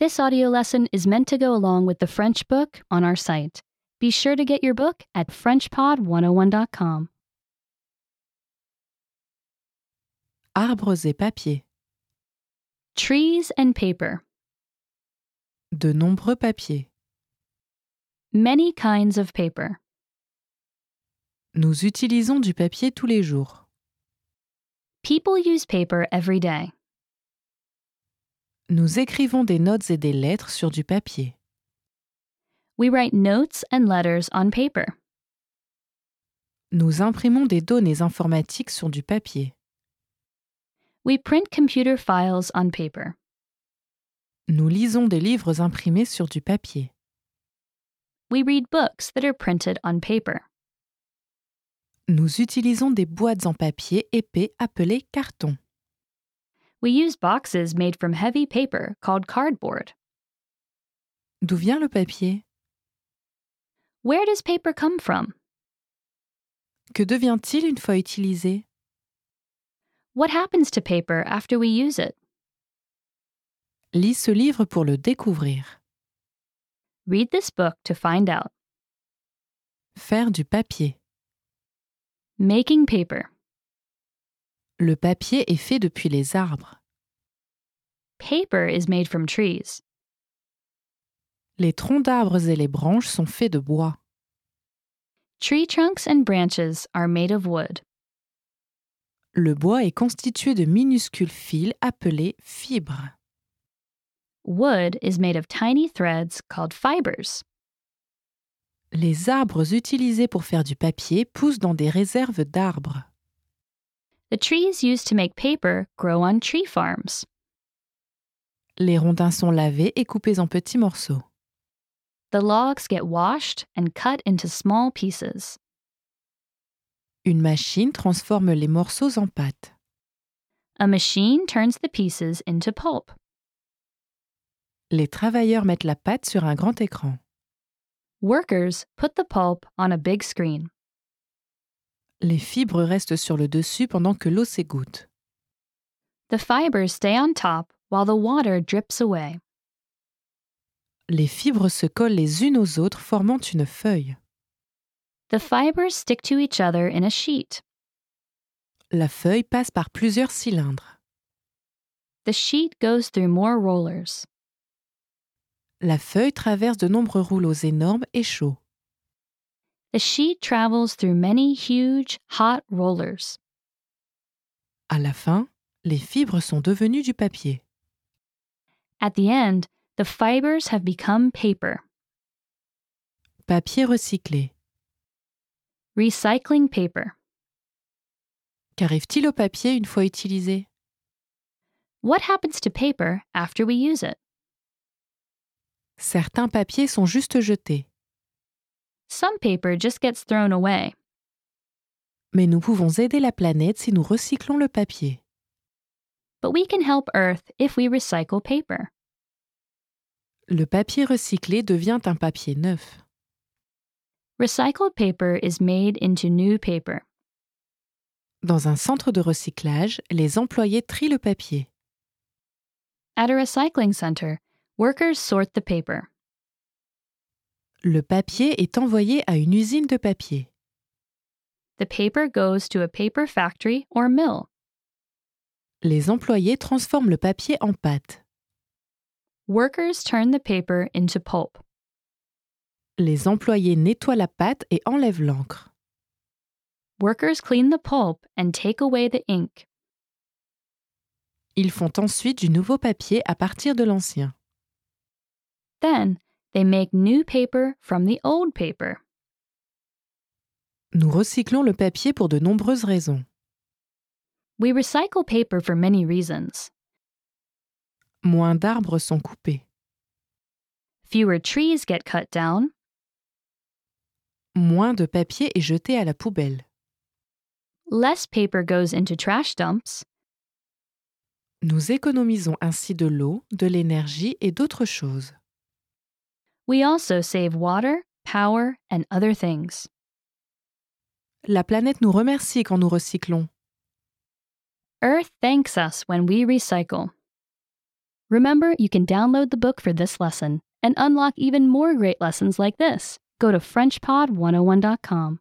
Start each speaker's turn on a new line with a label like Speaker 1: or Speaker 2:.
Speaker 1: This audio lesson is meant to go along with the French book on our site. Be sure to get your book at FrenchPod101.com.
Speaker 2: Arbres et papiers.
Speaker 1: Trees and paper.
Speaker 2: De nombreux papiers.
Speaker 1: Many kinds of paper.
Speaker 2: Nous utilisons du papier tous les jours.
Speaker 1: People use paper every day.
Speaker 2: Nous écrivons des notes et des lettres sur du papier.
Speaker 1: We write notes and letters on paper.
Speaker 2: Nous imprimons des données informatiques sur du papier.
Speaker 1: We print computer files on paper.
Speaker 2: Nous lisons des livres imprimés sur du papier.
Speaker 1: We read books that are printed on paper.
Speaker 2: Nous utilisons des boîtes en papier épais appelées cartons.
Speaker 1: We use boxes made from heavy paper called cardboard.
Speaker 2: D'où vient le papier
Speaker 1: Where does paper come from?
Speaker 2: Que devient-il une fois utilisé
Speaker 1: What happens to paper after we use it?
Speaker 2: Lis ce livre pour le découvrir.
Speaker 1: Read this book to find out.
Speaker 2: Faire du papier.
Speaker 1: Making paper.
Speaker 2: Le papier est fait depuis les arbres.
Speaker 1: Paper is made from trees.
Speaker 2: Les troncs d'arbres et les branches sont faits de bois.
Speaker 1: Tree trunks and branches are made of wood.
Speaker 2: Le bois est constitué de minuscules fils appelés fibres.
Speaker 1: Wood is made of tiny threads called fibers.
Speaker 2: Les arbres utilisés pour faire du papier poussent dans des réserves d'arbres.
Speaker 1: The trees used to make paper grow on tree farms.
Speaker 2: Les rondins sont lavés et coupés en petits morceaux.
Speaker 1: The logs get washed and cut into small pieces.
Speaker 2: Une machine transforme les morceaux en pâte.
Speaker 1: A machine turns the pieces into pulp.
Speaker 2: Les travailleurs mettent la pâte sur un grand écran.
Speaker 1: Workers put the pulp on a big screen.
Speaker 2: Les fibres restent sur le dessus pendant que l'eau s'égoutte.
Speaker 1: The fibers stay on top while the water drips away.
Speaker 2: Les fibres se collent les unes aux autres formant une feuille.
Speaker 1: The fibers stick to each other in a sheet.
Speaker 2: La feuille passe par plusieurs cylindres.
Speaker 1: The sheet goes through more rollers.
Speaker 2: La feuille traverse de nombreux rouleaux énormes et chauds.
Speaker 1: The sheet travels through many huge, hot rollers.
Speaker 2: À la fin, les fibres sont devenues du papier.
Speaker 1: At the end, the fibers have become paper.
Speaker 2: Papier recyclé.
Speaker 1: Recycling paper.
Speaker 2: Qu'arrive-t-il au papier une fois utilisé
Speaker 1: What happens to paper after we use it?
Speaker 2: Certains papiers sont juste jetés,
Speaker 1: Some paper just gets thrown away.
Speaker 2: mais nous pouvons aider la planète si nous recyclons le papier.
Speaker 1: but we can help Earth if we recycle paper.
Speaker 2: Le papier recyclé devient un papier neuf.
Speaker 1: Recycled paper is made into new paper.
Speaker 2: Dans un centre de recyclage, les employés trient le papier.
Speaker 1: At a recycling center, workers sort the paper.
Speaker 2: Le papier est envoyé à une usine de papier.
Speaker 1: The paper goes to a paper factory or mill.
Speaker 2: Les employés transforment le papier en pâte.
Speaker 1: Workers turn the paper into pulp.
Speaker 2: Les employés nettoient la pâte et enlèvent l'encre.
Speaker 1: Workers clean the pulp and take away the ink.
Speaker 2: Ils font ensuite du nouveau papier à partir de l'ancien.
Speaker 1: Then, they make new paper from the old paper.
Speaker 2: Nous recyclons le papier pour de nombreuses raisons.
Speaker 1: We recycle paper for many reasons.
Speaker 2: Moins d'arbres sont coupés.
Speaker 1: Fewer trees get cut down,
Speaker 2: Moins de papier est jeté à la poubelle.
Speaker 1: less paper goes into trash dumps,
Speaker 2: Nous économisons ainsi de l'eau, de l'énergie et d'autres choses.
Speaker 1: We also save water, power, and other things.
Speaker 2: La planète nous remercie quand nous recyclons.
Speaker 1: Earth thanks us when we recycle. Remember, you can download the book for this oh lesson and unlock even more great lessons like this. Go to FrenchPod101.com.